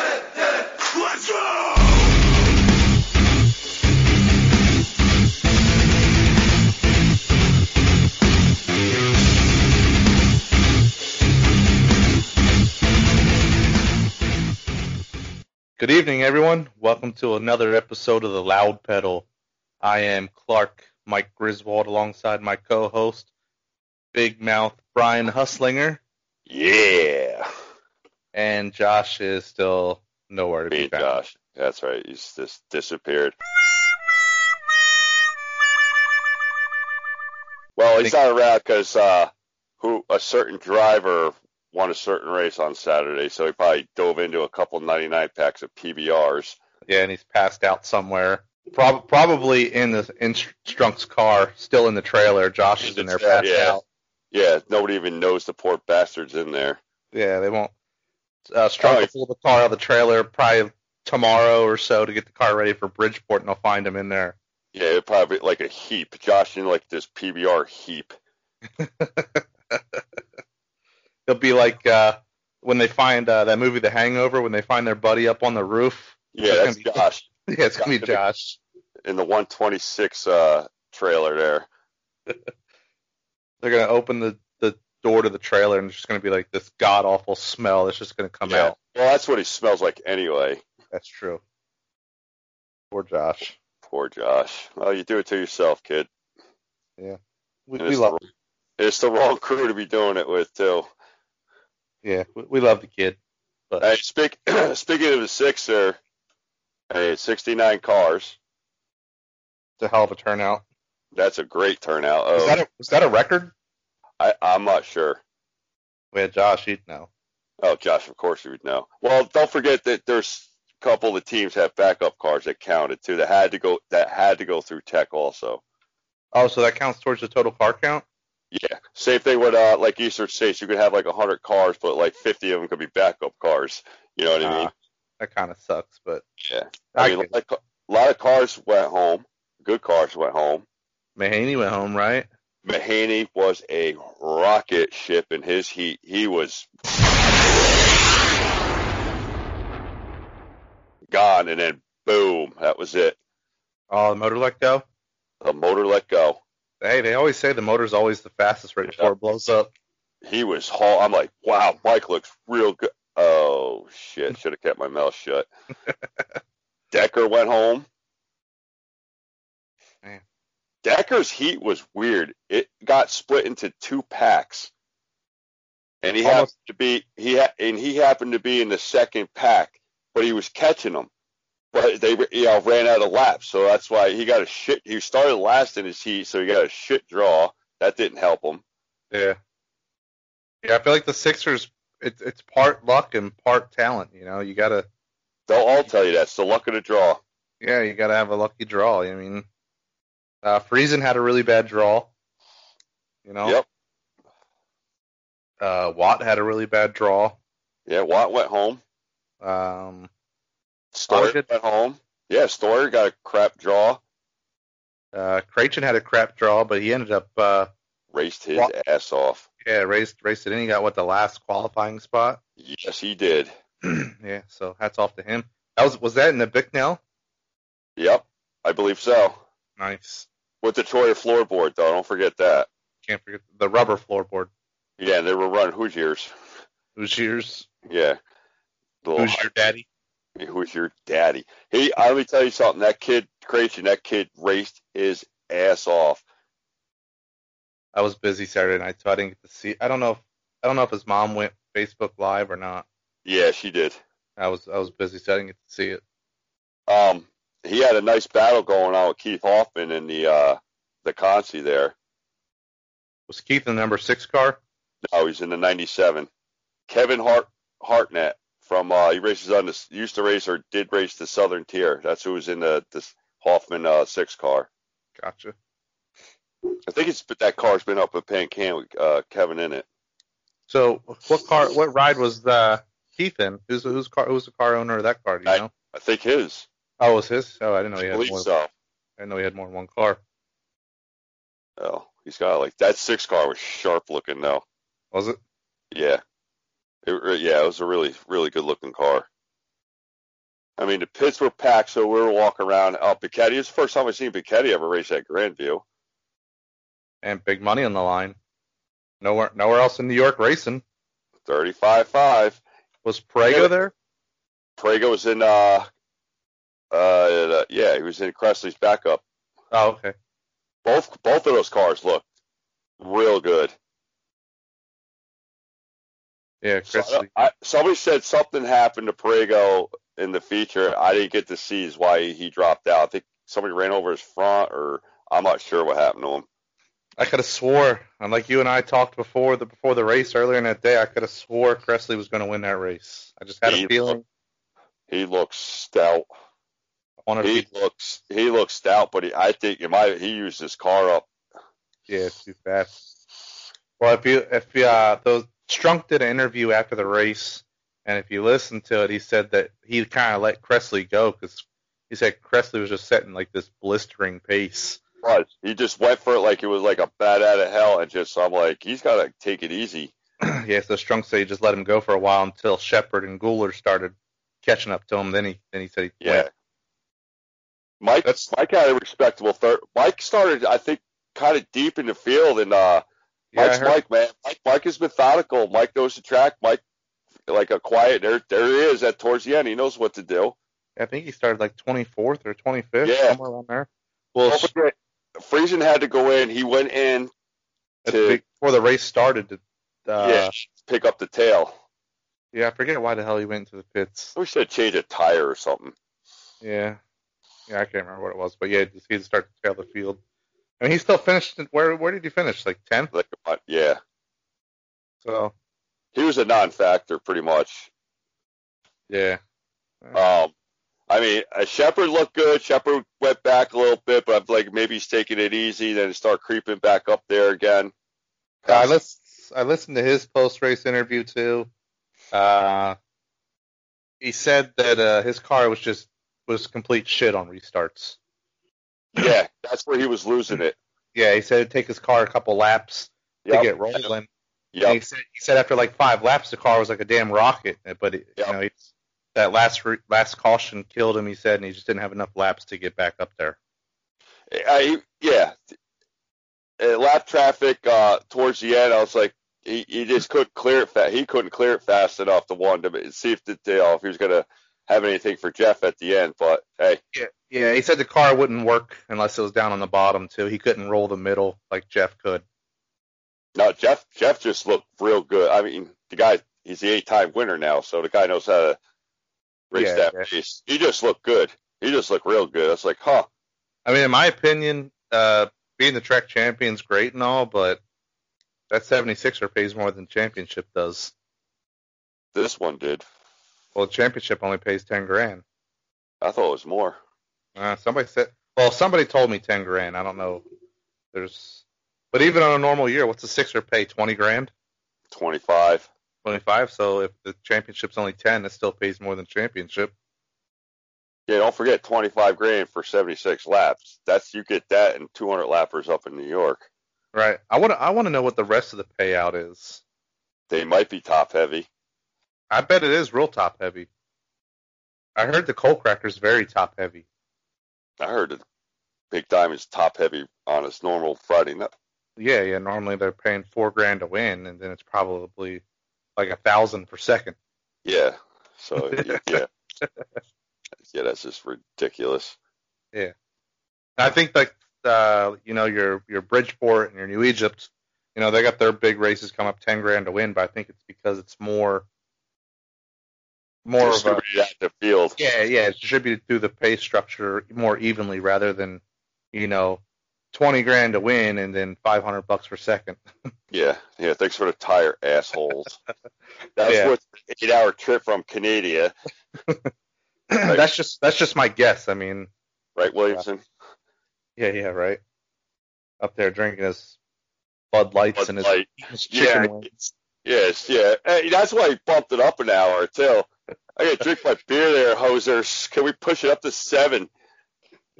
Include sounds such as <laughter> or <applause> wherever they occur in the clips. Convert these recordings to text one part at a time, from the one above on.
Let's go! Good evening, everyone. Welcome to another episode of the Loud Pedal. I am Clark Mike Griswold alongside my co-host, Big Mouth Brian Hustlinger, Yeah. and Josh is still nowhere to be Beat found. Josh. That's right. He's just disappeared. Well, he's not around because uh, who a certain driver won a certain race on Saturday, so he probably dove into a couple 99 packs of PBRs. Yeah, and he's passed out somewhere. Prob- probably in the in Strunk's car, still in the trailer. Josh is in there passed Yeah. out. Yeah, nobody even knows the poor bastard's in there. Yeah, they won't. Uh, Strunk will Alright. pull the car out of the trailer probably tomorrow or so to get the car ready for Bridgeport, and they'll find him in there. Yeah, it'd probably be like a heap. Josh in like this PBR heap. It'll be like uh, when they find uh, that movie, The Hangover, when they find their buddy up on the roof. <laughs> Yeah, It's gonna that's be- Josh Yeah, it's gonna be Gotcha. Josh. in the 126 uh, trailer there. They're gonna open the, the door to the trailer, and it's just gonna be like this god awful smell that's just gonna come Yeah. out. Well, that's what he smells like anyway. That's true. Poor Josh. Poor Josh. Well, you do it to yourself, kid. We, And we it's, love. the, it's the wrong crew to be doing it with, too. Yeah, we, we love the kid. But Hey, speak, <clears throat> speaking of the Sixer, hey, 69 cars. it's a hell of a turnout. That's a great turnout. Is Oh, that a, is that a record? I, I'm not sure. Yeah, Josh, he'd know. Oh, Josh, of course you would know. Well, don't forget that there's a couple of the teams have backup cars that counted too. That had to go. That had to go through tech also. Oh, so that counts towards the total car count? Yeah. Same thing with uh, like Eastern States. You could have like 100 cars, but like 50 of them could be backup cars. You know what I mean? Ah, that kind of sucks, but Yeah. I I mean, get like, a lot of cars went home. Good cars went home. Mahaney went home, right? Mahaney was a rocket ship in his heat. He was gone, and then boom, that was it. Oh, the motor let go. The motor let go. Hey, they always say the motor's always the fastest right before it blows up. He was haul. I'm like, wow, Mike looks real good. Oh <laughs> shit, should have kept my mouth shut. Decker went home. Man. Decker's heat was weird. It got split into two packs, and he Almost- happened to be he ha- and he happened to be in the second pack, but he was catching them. But they you know ran out of laps, so that's why he got a shit. He started last in his heat, so he got a shit draw. That didn't help him. Yeah. Yeah, I feel like the Sixers. It's it's part luck and part talent. You know, you gotta They'll all tell you that. It's the luck of the draw. yeah, you gotta have a lucky draw. I mean, uh, Friesen had a really bad draw. You know. Yep. Uh, Watt had a really bad draw. Yeah, Watt went home. Um, Stoyer Logic. went home. Yeah, Stoyer got a crap draw, uh, Krejci had a crap draw, but he ended up uh, raced his Watt- ass off. yeah raced raced it in. He got what the last qualifying spot. <clears throat> Yes, he did. yeah, so hats off to him. That was was that in the Bicknell? Yep, I believe so. Nice. With the Troyer floorboard, though, don't forget that. Can't forget the rubber floorboard. Yeah, and they were running Hoosiers. Who's yours? Yeah. Little- Who's your daddy? who's your daddy? He, I let me tell you something. That kid, Krejci, that kid raced his ass off. I was busy Saturday night, so I didn't get to see. I don't know. If, I don't know if his mom went Facebook Live or not. Yeah, she did. I was I was busy, so I didn't get to see it. Um, he had a nice battle going on with Keith Hoffman in the uh, the Consi there. Was Keith in the number six car? No, Oh, he's in the '97. Kevin Hart Hartnett from uh, he races on this used to race or did race the Southern Tier. That's who was in the this Hoffman uh, six car. Gotcha. I think it's but that car's been up at Pan Can with uh, Kevin in it. So what car? What ride was the Keith in? Who's who's car? Who's the car owner of that car? Do you I- know? I think his. Oh, it was his? Oh, I didn't know I he had believe more. so. I didn't know he had more than one car. Oh, he's got like that six car was sharp looking though. Was it? Yeah. It, re- yeah, it was a really, really good looking car. I mean, the pits were packed, so we were walking around. Oh, Piketty. It's the first time I've seen Piketty ever race at Grandview. And big money on the line. Nowhere, nowhere else in New York racing. 35.5. Was Prego Yeah. there? Prego was in, uh, uh, yeah, he was in Cressley's backup. Oh, okay. Both, both of those cars looked real good. Yeah, So, Chris. I, somebody said something happened to Prego in the feature. I didn't get to see is why he dropped out. I think somebody ran over his front, or I'm not sure what happened to him. I could have swore, and like you and I talked before the before the race earlier in that day, I could have swore Cressley was going to win that race. I just had He a feeling. He looks stout. I wanted to He be- looks he looks stout, but he, I think in my he used his car up. yeah, too fast. Well, if you if you, uh, those Strunk did an interview after the race, and if you listen to it, he said that he kind of let Cressley go because he said Cressley was just setting like this blistering pace. <clears throat> But he just went for it like it was like a bat out of hell, and just I'm like he's got to take it easy. yeah, so Strunk said he just let him go for a while until Shepard and Guler started catching up to him. Then he then he said he Yeah. went. Mike That's- Mike had a respectable third. Mike started I think kind of deep in the field, and uh, Yeah, I Mike's heard- Mike, man. Mike, Mike is methodical. Mike knows the track. Mike, like a quiet. There, there he is at towards the end. He knows what to do. I think he started like 24th or 25th, Yeah. somewhere around there. Well, Don't forget, Friesen had to go in. He went in at to- the big- before the race started, to, yeah, uh, yeah. pick up the tail. I forget why the hell he went to the pits. We should change a tire or something. Yeah, yeah, I can't remember what it was, but yeah, just, he started to tail the field. I mean, he still finished. Where where did he finish? Like 10th. Like, uh, yeah, So he was a non-factor pretty much. yeah, Um, I mean, uh, Shepard looked good. Shepard went back a little bit, but I'm like maybe he's taking it easy. Then start creeping back up there again. I listened. I listened to his post race interview too. Uh, he said that uh, his car was just was complete shit on restarts. yeah, that's where he was losing it. Yeah, he said it'd take his car a couple laps Yep, to get rolling. yep. And he said he said after like five laps the car was like a damn rocket, but it, Yep. you know he, that last re- last caution killed him. He said, and he just didn't have enough laps to get back up there. I, yeah. Uh, lap traffic uh, towards the end, I was like, he, he just couldn't clear it. Fa- he couldn't clear it fast enough to one to see if the you know, if he was gonna have anything for Jeff at the end. But hey, Yeah, yeah. He said the car wouldn't work unless it was down on the bottom too. He couldn't roll the middle like Jeff could. no, Jeff Jeff just looked real good. I mean, the guy he's the eight time winner now, so the guy knows how to race Yeah, that yeah. race. He just looked good. He just looked real good. I was like, huh? I mean, in my opinion, uh, being the track champion's great and all, but that 76er pays more than championship does. This one did. Well, championship only pays ten grand. I thought it was more. Uh, somebody said. Well, somebody told me ten grand. I don't know. There's, but even on a normal year, what's a sixer pay? Twenty grand, Twenty five. twenty five. So if the championship's only ten, it still pays more than championship. Yeah, don't forget twenty five grand for seventy six laps. That's you get that and two hundred lappers up in New York. Right. I want to. I want to know what the rest of the payout is. They might be top heavy. I bet it is real top heavy. I heard the coal cracker's very top heavy. I heard that Big Diamond's top heavy on his normal Friday night. Yeah, yeah. Normally they're paying four grand to win, and then it's probably like a thousand per second. Yeah. <laughs> So yeah. Yeah, that's just ridiculous. I think like uh, you know your your Bridgeport and your New Egypt, you know they got their big races come up ten grand to win, but I think it's because it's more more of a Distributed out the field. yeah yeah it's distributed through the pay structure more evenly rather than you know twenty grand to win and then five hundred bucks per second. <clears throat> Yeah, yeah. Thanks for the tire, <laughs> assholes. That's Yeah. worth an eight-hour trip from Canada, that's just that's just my guess. I mean, right, Williamson? yeah, yeah, right. Up there drinking his Bud Lights Bud and his, Light. his chicken Yeah, wings. it's, yes, yeah. Hey, that's why he bumped it up an hour too. I gotta drink my beer there, hosers. Can we push it up to seven?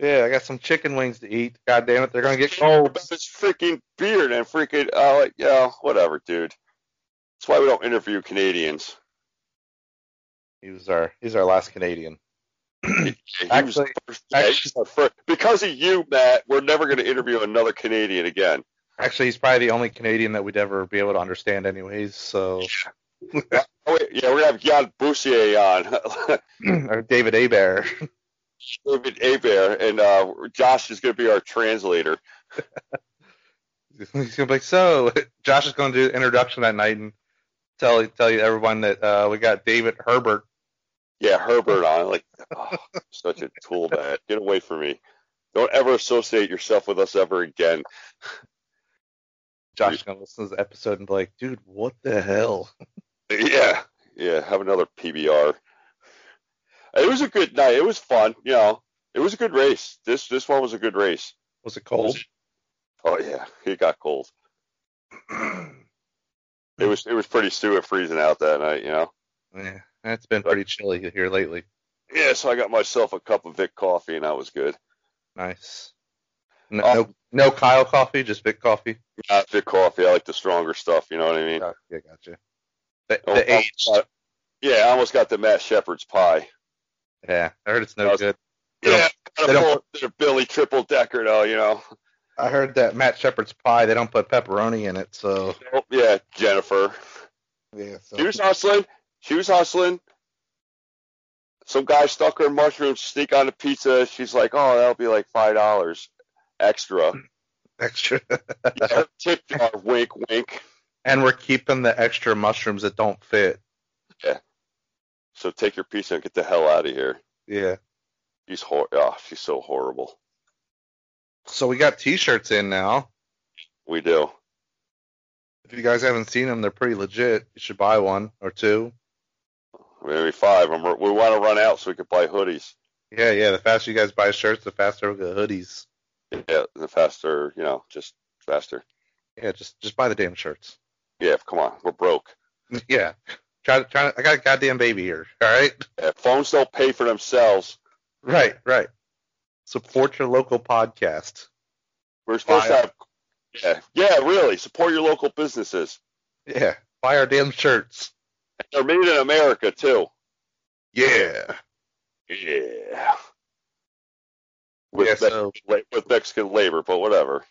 Yeah, I got some chicken wings to eat. God damn it, they're gonna get cold. About this freaking beer and freaking oh, like, yeah, whatever, dude. That's why we don't interview Canadians. He was our he's our last Canadian. He was Actually- first- yeah, he actually- was our first- because of you, Matt, we're never going to interview another Canadian again. Actually, he's probably the only Canadian that we'd ever be able to understand, anyways. So, <clears throat> Oh, wait, yeah, we're going to have Jan Boussier on, <laughs> or David Abair. David Abair, and uh, Josh is going to be our translator. <laughs> he's gonna be like, so <laughs> Josh is gonna do the introduction that night and tell tell you everyone that uh, we got David Herbert. Yeah, Herbert on. Like, oh, such a tool, Matt. Get away from me. Don't ever associate yourself with us ever again. Josh is gonna listen to this episode and be like, dude, what the hell? Yeah, yeah. Have another PBR. It was a good night. It was fun. You know, it was a good race. This this one was a good race. Was it cold? Oh yeah, it got cold. It was it was pretty stupid freezing out that night. You know. <clears throat> yeah, it's been pretty chilly here lately. Yeah, so I got myself a cup of Vic coffee and that was good. Nice. No, Oh. no, no Kyle coffee, just Vic coffee. Not Vic coffee. I like the stronger stuff. You know what I mean? Gotcha, yeah, gotcha. The, Oh, the oh, aged. uh, yeah, I almost got the Matt Shepherd's pie. yeah, I heard it's no I was- good. They Yeah, they kind don't- of a Billy triple decker though, you know. I heard that Matt Shepherd's pie, they don't put pepperoni in it, so. Oh, yeah, Jennifer. Yeah, so. She was hustling. She was hustling. Some guy stuck her mushrooms sneak on the pizza. She's like, "Oh, that'll be like five dollars <laughs> extra." <laughs> extra. Yeah, her tip jar, wink, wink. <laughs> and we're keeping the extra mushrooms that don't fit. So take your pizza and get the hell out of here. Yeah. She's hor. Oh, she's so horrible. So we got t shirts in now. We do. If you guys haven't seen them, they're pretty legit. You should buy one or two. Maybe five. I'm, we want to run out so we can buy hoodies. Yeah, yeah. The faster you guys buy shirts, the faster we get hoodies. Yeah, the faster, you know, just faster. Yeah, just just buy the damn shirts. <laughs> Yeah, come on, we're broke. Yeah. Try to try to, I got a goddamn baby here. All right. Yeah, phones don't pay for themselves. Right, right. Support your local podcast. We're Buy supposed to have. Yeah, yeah, really. Support your local businesses. Yeah. Buy our damn shirts. They're made in America too. Yeah. Yeah. With, yeah, Mex- so la- with Mexican labor, but whatever.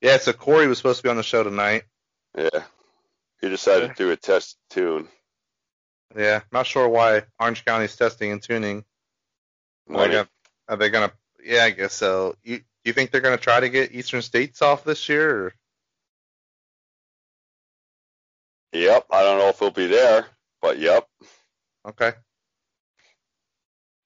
yeah, so Corey was supposed to be on the show tonight. Yeah. He decided to do a test tune. Yeah, not sure why Orange County's testing and tuning. Are they Money. gonna? Are they gonna yeah, I guess so. You you think they're gonna try to get Eastern States off this year? Or, Yep. I don't know if he'll be there, but yep. okay,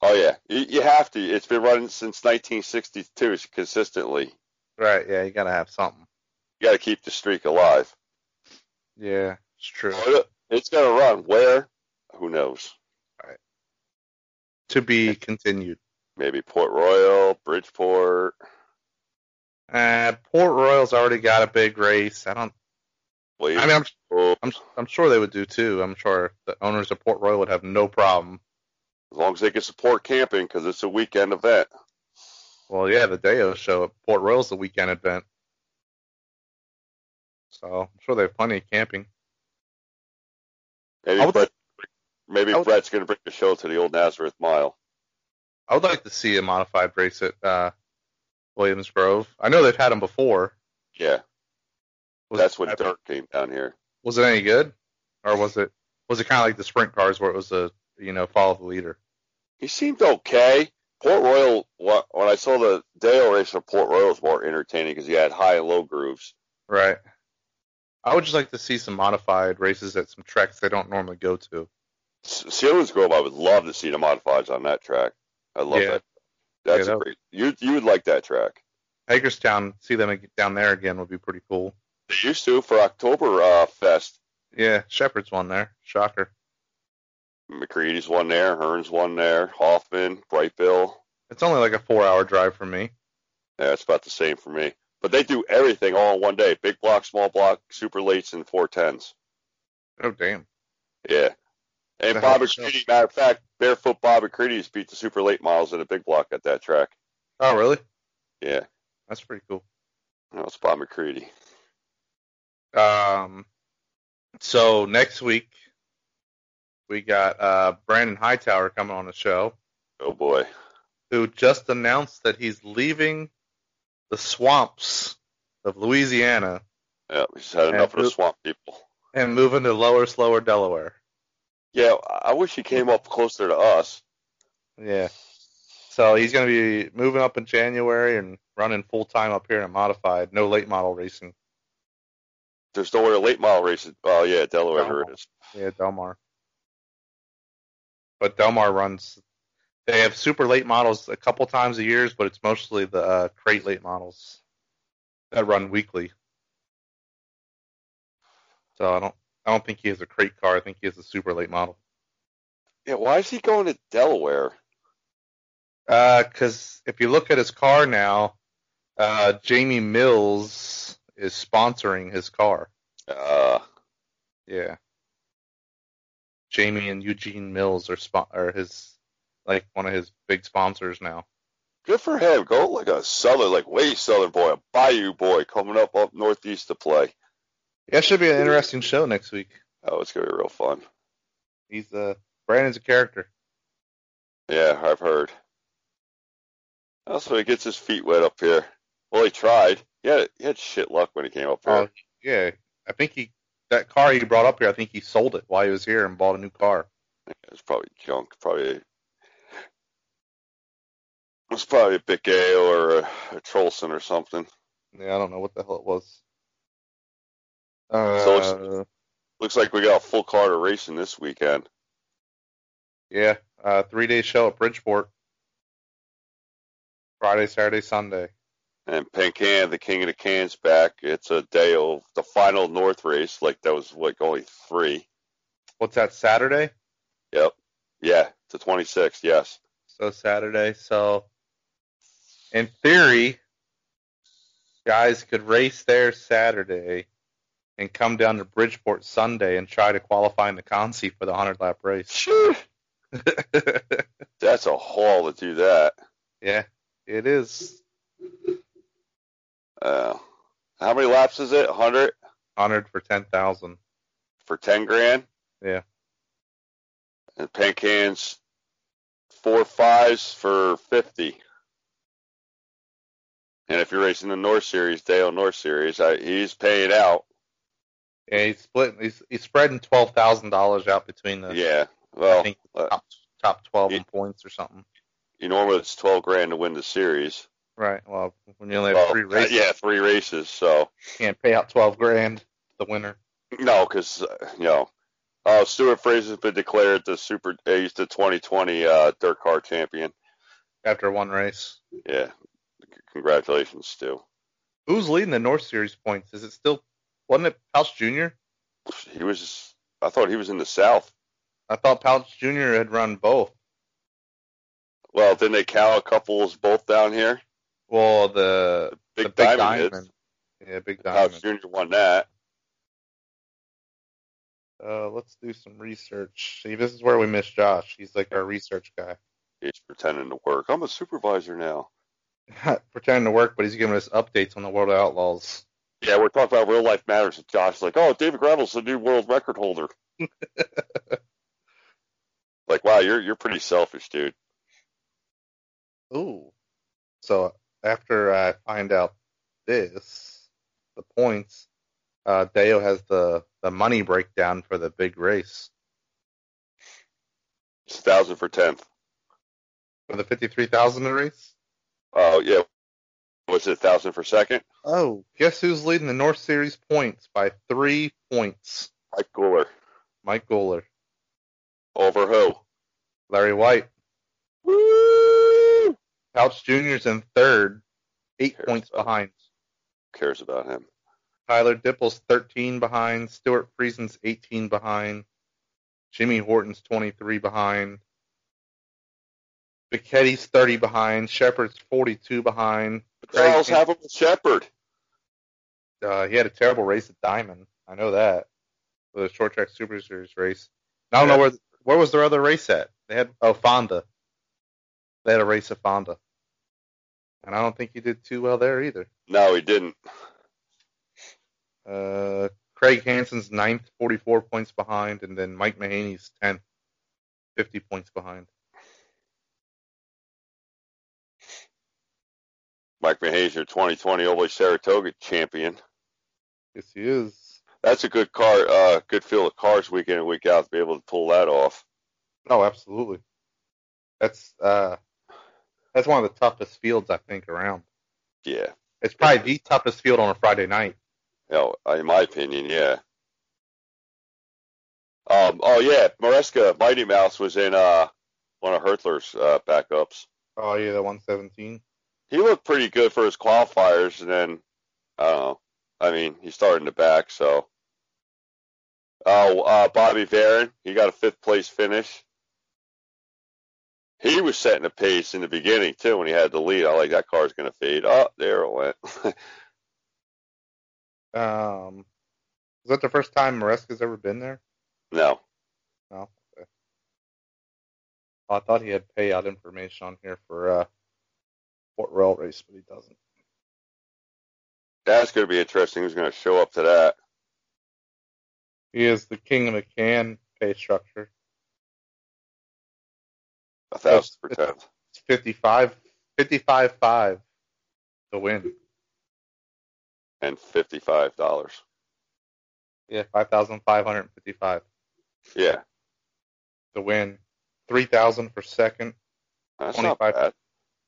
Oh yeah. You, you have to. It's been running since 1962 It's consistently. right? Yeah, you gotta have something. You got to keep the streak alive. Yeah, it's true. It's gonna run. Where? Who knows? To be continued. Maybe Port Royal, Bridgeport. Uh, Port Royal's already got a big race. I don't. I mean, I'm Well, I'm I'm sure they would do too. I'm sure the owners of Port Royal would have no problem. as long as they can support camping, because it's a weekend event. Well, yeah, the Deo show at Port Royal's the weekend event, so I'm sure they have plenty of camping. Maybe I would- Brett, maybe I would- Brett's going to bring the show to the old Nazareth Mile. I would like to see a modified race at uh, Williams Grove. I know they've had them before. Yeah, Was that's it, when Dirk came down here. Was it any good, or was it was it kind of like the sprint cars where it was a you know follow the leader? He seemed okay. Port Royal, wha- when I saw the Dale race of Port Royal, was more entertaining because he had high and low grooves. Right. I would just like to see some modified races at some tracks they don't normally go to. S- Sealands Grove, I would love to see the modifieds on that track. I love Yeah. that. That's Yeah, a that- great. You you would like that track. Hagerstown, see them ag- down there again would be pretty cool. They used to for October uh, Fest. Yeah, Shepard's one there. Shocker. McCready's one there, Hearn's one there, Hoffman, Brightbill. It's only like a four-hour drive from me. Yeah, it's about the same for me. But they do everything all in one day: big block, small block, super lates, and four tens. Oh damn. Yeah. And The hell? Bob McCready, matter of fact, barefoot Bob McCready's beat the super late miles in a big block at that track. Oh really? Yeah, That's pretty cool. that was Bob McCready. Um, so next week we got uh, Brandon Hightower coming on the show, Oh boy. who just announced that he's leaving the swamps of Louisiana Yeah, he's had enough of the who- swamp people. and moving to lower, slower Delaware. Yeah, I- I wish he came up closer to us. Yeah. So he's going to be moving up in January and running full time up here in a modified, no late model racing. There's nowhere to late mile races. Oh yeah, Delaware Oh. is. Yeah, Delmar. But Delmar runs. They have super late models a couple times a year, but it's mostly the uh, crate late models that run weekly. So I don't, I don't think he has a crate car. I think he has a super late model. Yeah, why is he going to Delaware? Because Uh, if you look at his car now, uh, Jamie Mills is sponsoring his car. Uh, Yeah. Jamie and Eugene Mills are spo- are his like one of his big sponsors now. good for him. Go like a southern, like way southern boy, a bayou boy coming up up northeast to play. Yeah, it should be an interesting show next week. Oh, it's gonna be real fun. He's uh Brandon's a character. Yeah, I've heard. Also, he gets his feet wet up here. Well, he tried. He had, he had shit luck when he came up here. Oh. Yeah, I think he that car he brought up here. I think he sold it while he was here and bought a new car. It was probably junk. Probably it was probably a Bic A or a, a Trolson or something. Yeah, I don't know what the hell it was. So it's- Uh, Looks like we got a full car to racing this weekend. Yeah, uh, three day show at Bridgeport. Friday, Saturday, Sunday. And Pencan, the king of the cans, back. It's a day of the final North race. Like that was like only three. What's that? Saturday. Yep. Yeah, the 26th. Yes. So Saturday. So in theory, guys could race there Saturday and come down to Bridgeport Sunday and try to qualify in the Concy for the hundred lap race. <laughs> Sure. That's a haul to do that. yeah, it is Uh, how many laps is it? 100 hundred for ten thousand. for 10 grand? Yeah. And Pancans, four fives for 50. And if you're racing the North Series, Dale North Series, I, he's paying out. Yeah, he's splitting. He's, he's spreading twelve thousand dollars out between the Yeah. I Well, think uh, top top twelve Yeah. in points or something. you normally it's 12 grand to win the series. Right. Well, when you only have Well, three uh, races, Yeah, three races. So, you can't pay out twelve grand to the winner. no, because, you know, uh, Stuart Fraser's been declared the Super, uh, he's the 2020 uh, Dirt Car Champion. after one race. Yeah. C- Congratulations, Stu. Who's leading the North Series points? Is it still wasn't it Pouch Jr.? He was, I thought he was in the South. I thought Pouch Jr. had run both. Well, didn't they cow a couples both down here? Well, the Big, the big Diamond, did. diamond. Yeah, big House diamond. Jr. won that. Uh, let's do some research. See, this is where we miss Josh. He's like our research guy, <laughs> He's pretending to work. I'm a supervisor now. pretending to work, but he's giving us updates on the World of Outlaws. Yeah, we're talking about real life matters with Josh. Like, oh, David Gravel's the new world record holder. like, wow, you're you're pretty selfish, dude. Ooh. So after I find out this, the points, uh, Deo has the the money breakdown for the big race It's a thousand for tenth. for the fifty three thousand race. Oh yeah, was it a thousand for second? Oh, guess who's leading the North Series points by three points? Mike Guler Mike Goller, over who? Larry White, Woo! Pouch Jr.'s in third, eight Cares points about- behind. Cares about him. Tyler Dipple's 13 behind. Stuart Friesen's 18 behind. Jimmy Horton's 23 behind. Bicketti's 30 behind. Shepard's 42 behind. What the hell's happened with Shepard? uh, he had a terrible race at Diamond. I know that. The short track Super Series race. And I don't know where where was their other race at. They had oh Fonda. They had a race at Fonda, and I don't think he did too well there either. No, he didn't. Uh, Craig Hansen's ninth, forty-four points behind, and then Mike Mahaney's tenth, fifty points behind. Mike Mahaney's your 2020 Oval Saratoga champion. Yes, he is. That's a good car, uh, good field of cars week in and week out to be able to pull that off. Oh, absolutely. That's uh, that's one of the toughest fields I think around. Yeah. It's probably the toughest field on a Friday night. No, in my opinion, yeah. Um, oh yeah, Maresca Mighty Mouse was in uh, one of Hertler's uh, backups. Oh yeah, the one seventeen. He looked pretty good for his qualifiers, and then I don't know. I mean, he started in the back, so. Oh, uh, Bobby Varon, he got a fifth place finish. He was setting the pace in the beginning too when he had the lead. I like that car's gonna fade. Oh, there it went. <laughs> Um, is that the first time Maresca's ever been there? no, No. Okay. Oh, I thought he had payout information on here for uh, Fort Rail race, but he doesn't. that's gonna be interesting. Who's gonna show up to that? He is the king of the can pay structure. A thousand Yes. percent. It's 55, 55 5 to win. and fifty-five dollars. Yeah, 5,555 Yeah, to win. 3,000 for second, that's not 25. bad.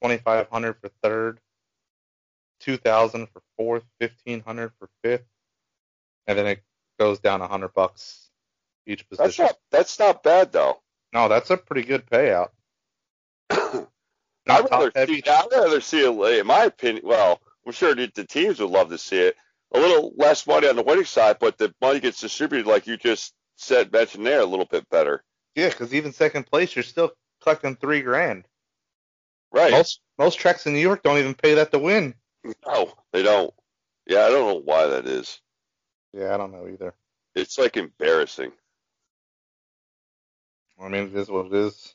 2,500 for third, 2,000 for fourth, 1,500 for fifth, and then it goes down 100 bucks each That's position. not that's not bad <coughs> though. no, that's a pretty good payout. I'd Not rather top see heavy. I'd rather see it in my opinion. Well, I'm sure the, the teams would love to see it. A little less money on the winning side, but the money gets distributed like you just said mentioned there a little bit better. Yeah, because even second place, you're still collecting three grand. Right. Most most tracks in New York don't even pay that to win. no, they don't. Yeah, I don't know why that is. Yeah, I don't know either. It's like embarrassing. I mean, it is what it is.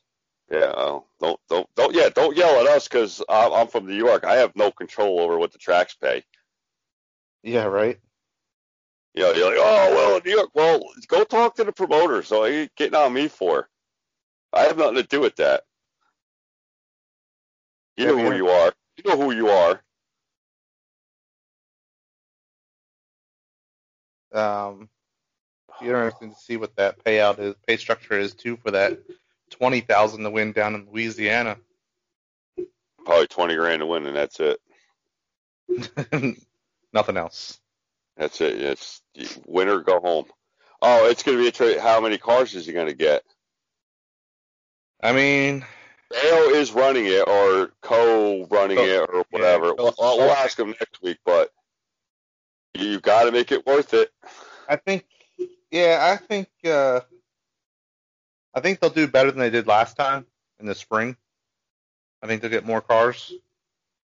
Yeah, oh, don't don't don't yeah, don't yell at us because I'm, I'm from New York. I have no control over what the tracks pay. Yeah, right. you know, you're like, oh well, New York. Well, go talk to the promoter. So what are you getting on me for? I have nothing to do with that. You Yeah, know but who you're- you are. You know who you are. Um, be interesting to see what that payout is, pay structure is too for that twenty thousand to win down in Louisiana. <laughs> Probably twenty grand to win, and that's it. Nothing else. That's it. It's win or go home. Oh, it's going to be a trade. How many cars is he going to get? I mean, Dale is running it, or co-running Co- it, or whatever. co- Well, we'll ask him next week, but you got to make it worth it. I think, yeah, I think, uh, I think they'll do better than they did last time in the spring. I think they'll get more cars.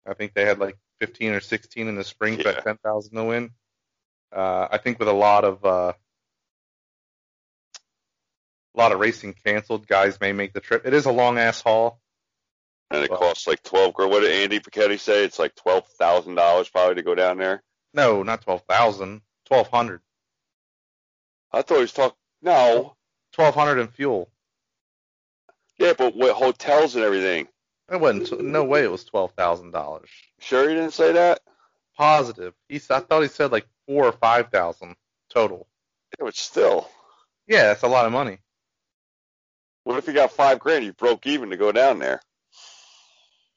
I think they had like 15 or 16 in the spring for Yeah. that 10,000 to win. Uh, I think with a lot of uh, a lot of racing canceled, guys may make the trip. It is a long ass haul. And it Well- costs like twelve. grand. What did Andy Piketty say? It's like twelve thousand dollars probably to go down there. No, not 12,000, 1,200, I thought he was talking. No, 1,200 in fuel. yeah, but with hotels and everything. It wasn't. No way. It was twelve thousand dollars. Sure, he didn't say that. positive. He, s- I thought he said like four or five thousand total. Yeah, but still, Yeah, that's a lot of money. what if you got five grand? You broke even to go down there.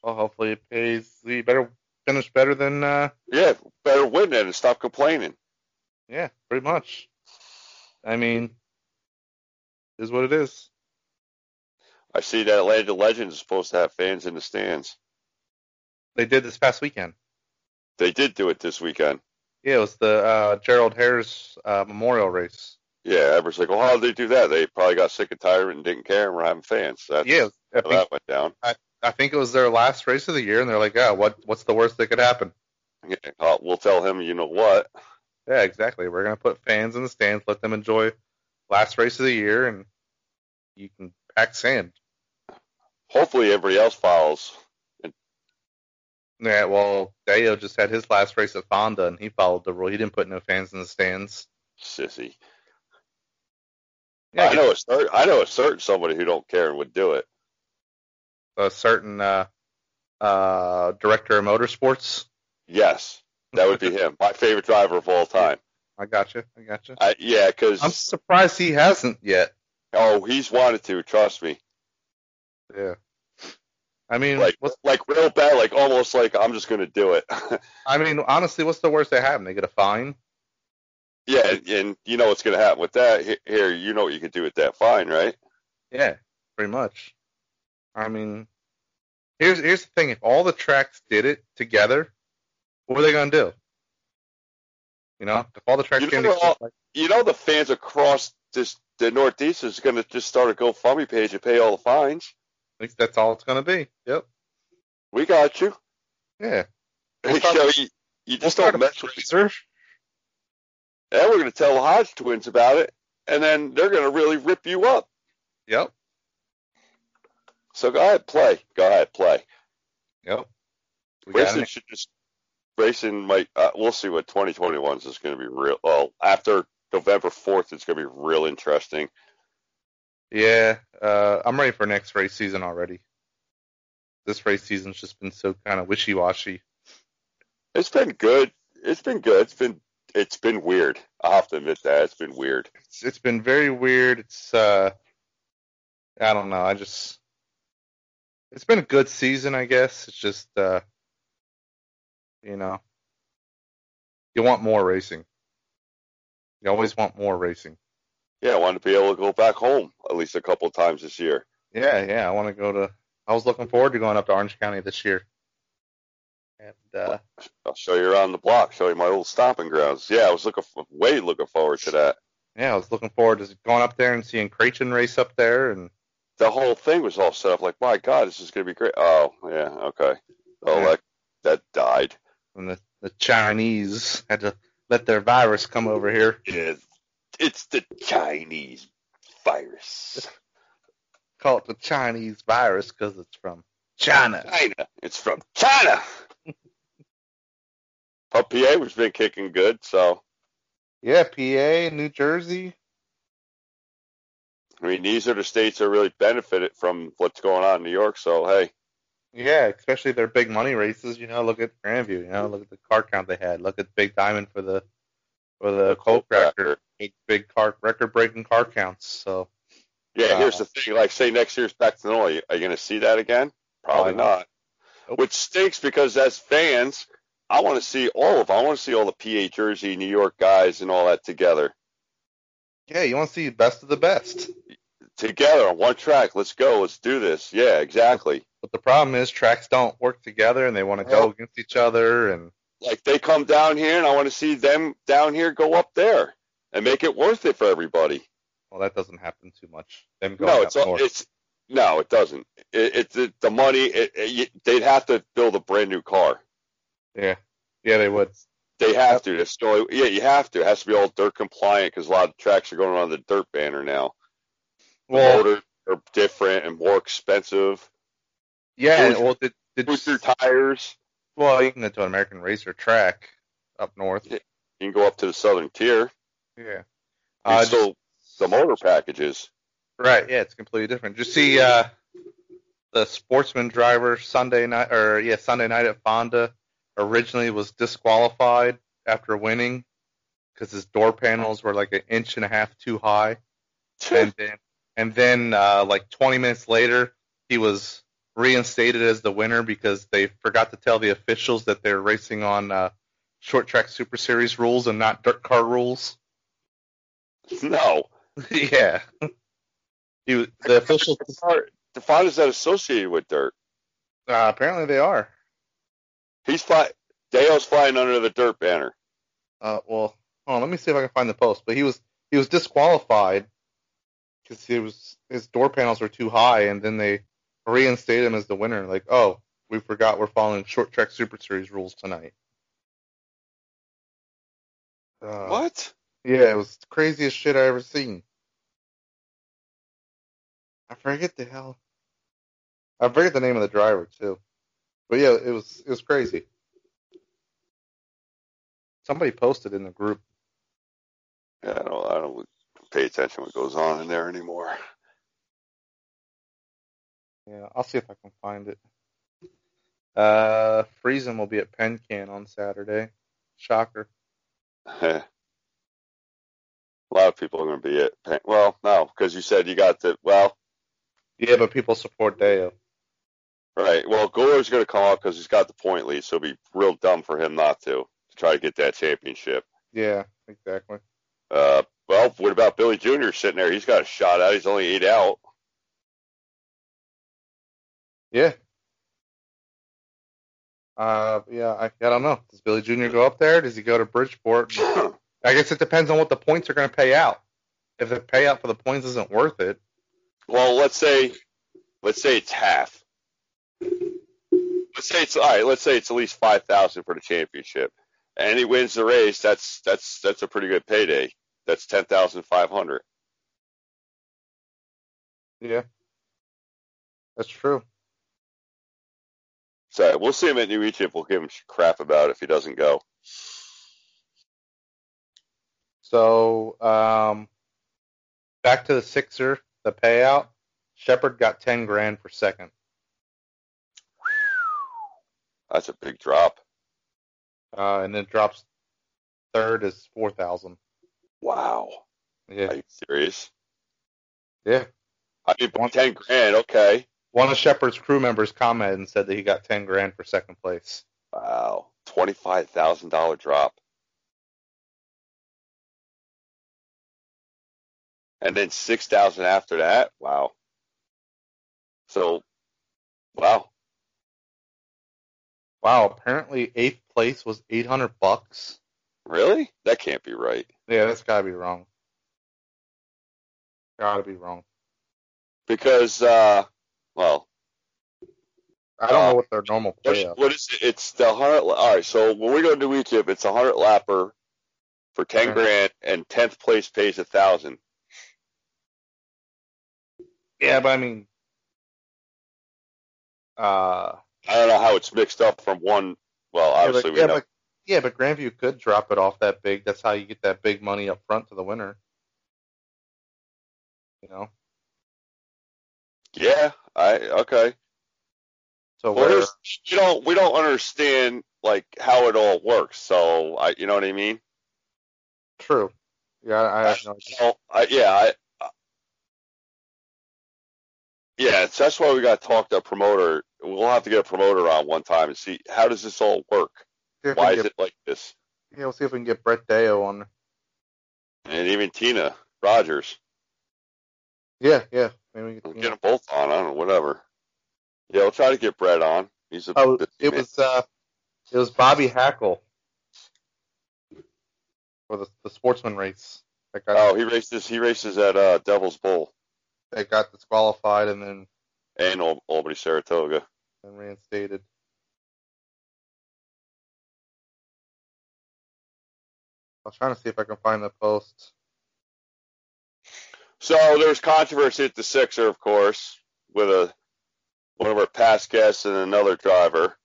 Well, hopefully it pays. You better finish better than uh, Yeah, better win then and stop complaining. yeah, pretty much. I mean, it is what it is. I see that Atlanta Legends is supposed to have fans in the stands. They did this past weekend. They did do it this weekend. Yeah, it was the uh, Gerald Harris uh, Memorial Race. Yeah, everyone's like, "Well, how did they do that? They probably got sick and tired of it and didn't care, and we're having fans." That's yeah, I how think, that went down. I think it was their last race of the year, and they're like, "Ah, what? What's the worst that could happen?" Yeah, uh, we'll tell him, you know what? Yeah, exactly. We're gonna put fans in the stands, let them enjoy last race of the year, and you can pack sand. Hopefully, everybody else follows. Yeah, well, Dayo just had his last race at Fonda, and he followed the rule. He didn't put no fans in the stands. Sissy. Yeah, I know a certain, I know a certain somebody who don't care and would do it. a certain uh, uh, director of motorsports. Yes, that <laughs> would be him. My favorite driver of all time. I gotcha. I gotcha. I, yeah, I'm because surprised he hasn't yet. oh, he's wanted to. Trust me. Yeah. I mean, Like, what's, like real bad, like almost like I'm just gonna do it. <laughs> I mean, honestly, what's the worst that happened? They get a fine. yeah, and, and you know what's gonna happen with that. Here- Here, you know what you could do with that fine, right? Yeah, pretty much. I mean, here's here's the thing: if all the tracks did it together, what are they gonna do? You know, if all the tracks You came know together, what? You know the fans across this the Northeast is gonna just start a GoFundMe page and pay all the fines. like, that's all it's gonna be. Yep. We got you. <laughs> Yeah. Hey, start- Joe, you, you just We'll don't start mess a with freezer. And we're going to tell the Hodge twins about it, and then they're going to really rip you up. Yep. So go ahead, play. Go ahead, play. Yep. We got Grayson an should just. Grayson might. Uh, we'll see what 2021 is going to be real. Well, after November 4th, it's going to be real interesting. Yeah, uh, I'm ready for next race season already. This race season's just been so kind of wishy-washy. It's been good. It's been good. It's been. It's been weird. I have to admit that it's been weird. It's, it's been very weird. It's uh, I don't know. I just it's been a good season, I guess. It's just uh, you know, you want more racing. You always want more racing. Yeah, I wanted to be able to go back home at least a couple of times this year. Yeah, yeah. I want to go to. I was looking forward to going up to Orange County this year. And uh, I'll show you around the block. Show you my old stomping grounds. Yeah, I was looking f- way looking forward to that. yeah, I was looking forward to going up there and seeing Creighton race up there and. the whole thing was all set up like, my God, this is going to be great. Oh, yeah, okay. Oh, Yeah. that, that died. when the, the Chinese had to let their virus come over here. It, it's the Chinese virus. Call it the Chinese virus because it's from China. China. It's from China. <laughs> But PA was been kicking good, so Yeah, PA, New Jersey. I mean these are the states that really benefited from what's going on in New York. So hey, Yeah, especially their big money races. You know, look at Grandview. You know, look at the car count they had. Look at Big Diamond for the for the, coal cracker. Big, big car record breaking car counts. So yeah, Wow. here's the thing. Like say next year's back to normal, are you, are you going to see that again? Probably Probably not. not. Nope. Which stinks because as fans, I want to see all of. 'em. I want to see all the PA Jersey, New York guys, and all that together, yeah, you want to see the best of the best. together on one track. Let's go. Let's do this. Yeah, exactly. But the problem is tracks don't work together, and they want to go Yeah. against each other. And Like they come down here, and I want to see them down here go up there and make it worth it for everybody. well, that doesn't happen too much. Them going No, it's up all, north. it's no, it doesn't. It, it's it, the money. It, it, you- they'd have to build a brand new car. yeah, yeah, they would. They have to. That's the only, yeah, you have to. It has to be all dirt compliant because a lot of tracks are going on the dirt banner now. Well, motors are different and more expensive. Yeah, Booster- well, did, did Booster tires. well, you can go to an American Racer track up north. Yeah. You can go up to the southern tier. Yeah, Uh, uh, still the motor packages. right. Yeah, it's completely different. Did you see uh, the sportsman driver Sunday night, or yeah, Sunday night at Fonda? Originally was disqualified after winning because his door panels were like an inch and a half too high, and then and then uh, like 20 minutes later, he was reinstated as the winner because they forgot to tell the officials that they're racing on uh, short track super series rules and not dirt car rules. <laughs> <laughs> no. yeah. He was, the <laughs> officials The font is not associated with dirt. uh, apparently they are. He's fine. Dale's flying under the dirt banner. Uh, well, hold on, let me see if I can find the post. But he was he was disqualified because he was his door panels were too high, and then they reinstated him as the winner. Like, oh, we forgot we're following short track Super Series rules tonight. Uh, what? Yeah, it was the craziest shit I ever seen. I forget the hell. I forget the name of the driver too. But yeah, it was it was crazy. Somebody posted in the group. Yeah, I don't, I don't pay attention what goes on in there anymore. Yeah, I'll see if I can find it. Uh, Friesen will be at Penn Can on Saturday. Shocker. <laughs> a lot of people are going to be at Penn. Well, no, because you said you got the well, Yeah, but people support Dale. right? Well, Gore's going to come out because he's got the point lead, so it'd be real dumb for him not to to try to get that championship. Yeah, exactly. Uh, well, what about Billy Junior sitting there? He's got a shot out. He's only eight out. <clears throat> Yeah. Uh, yeah, I, I don't know. Does Billy Jr. go up there? Does he go to Bridgeport? I guess it depends on what the points are going to pay out. If the payout for the points isn't worth it, Well, let's say, let's say it's half. Let's say it's all right. Let's say it's at least five thousand for the championship, and he wins the race. That's that's that's a pretty good payday. That's ten thousand five hundred. yeah, that's true. So we'll see him at New Egypt. We'll give him crap about if he doesn't go. So, um, back to the sixer, the payout. Shepard got ten grand for second. That's a big drop. Uh, and then drops third is four thousand. Wow. Yeah, Are you serious? yeah. I mean, but ten grand. Okay. One of Shepard's crew members commented and said that he got ten grand for second place. Wow. Twenty five thousand dollar drop. And then six thousand after that. Wow. So, wow. Wow, apparently eighth place was eight hundred bucks. Really? That can't be right. Yeah, that's gotta be wrong. Gotta be wrong. Because, uh, well, I don't Uh, know what their normal What- payout. what is it? It's the hundred. All right, so when we go to Egypt, it's a hundred lapper for ten Okay. grand, and tenth place pays a thousand. Yeah, but I mean, uh, I don't know how it's mixed up from one. Well, obviously yeah, but, yeah, we know. but yeah, but Grandview could drop it off that big. That's how you get that big money up front to the winner. You know, yeah, I okay. so Well, where, here's, we don't we don't understand like how it all works. So I, you know what I mean? true. Yeah, I, I have no idea. So I, yeah, I, I- uh, yeah. So that's why we got to talk to a promoter. We'll have to get a promoter on one time and see how does this all work. See if we Why can is get, it like this? Yeah, we'll see if we can get Brett Deo on. and even Tina Rogers. Yeah, yeah. Maybe we We'll can, Get them both on. I don't know, whatever. Yeah, we'll try to get Brett on. He's a Oh, busy it man. was uh, it was Bobby Hackle for the the sportsman race that got Oh, he races. He races at uh, Devil's Bowl that got disqualified and then and Al- Albany Saratoga. and reinstated. I was trying to see if I can find the post. So there's controversy at the Sixer, of course, with a one of our past guests and another driver.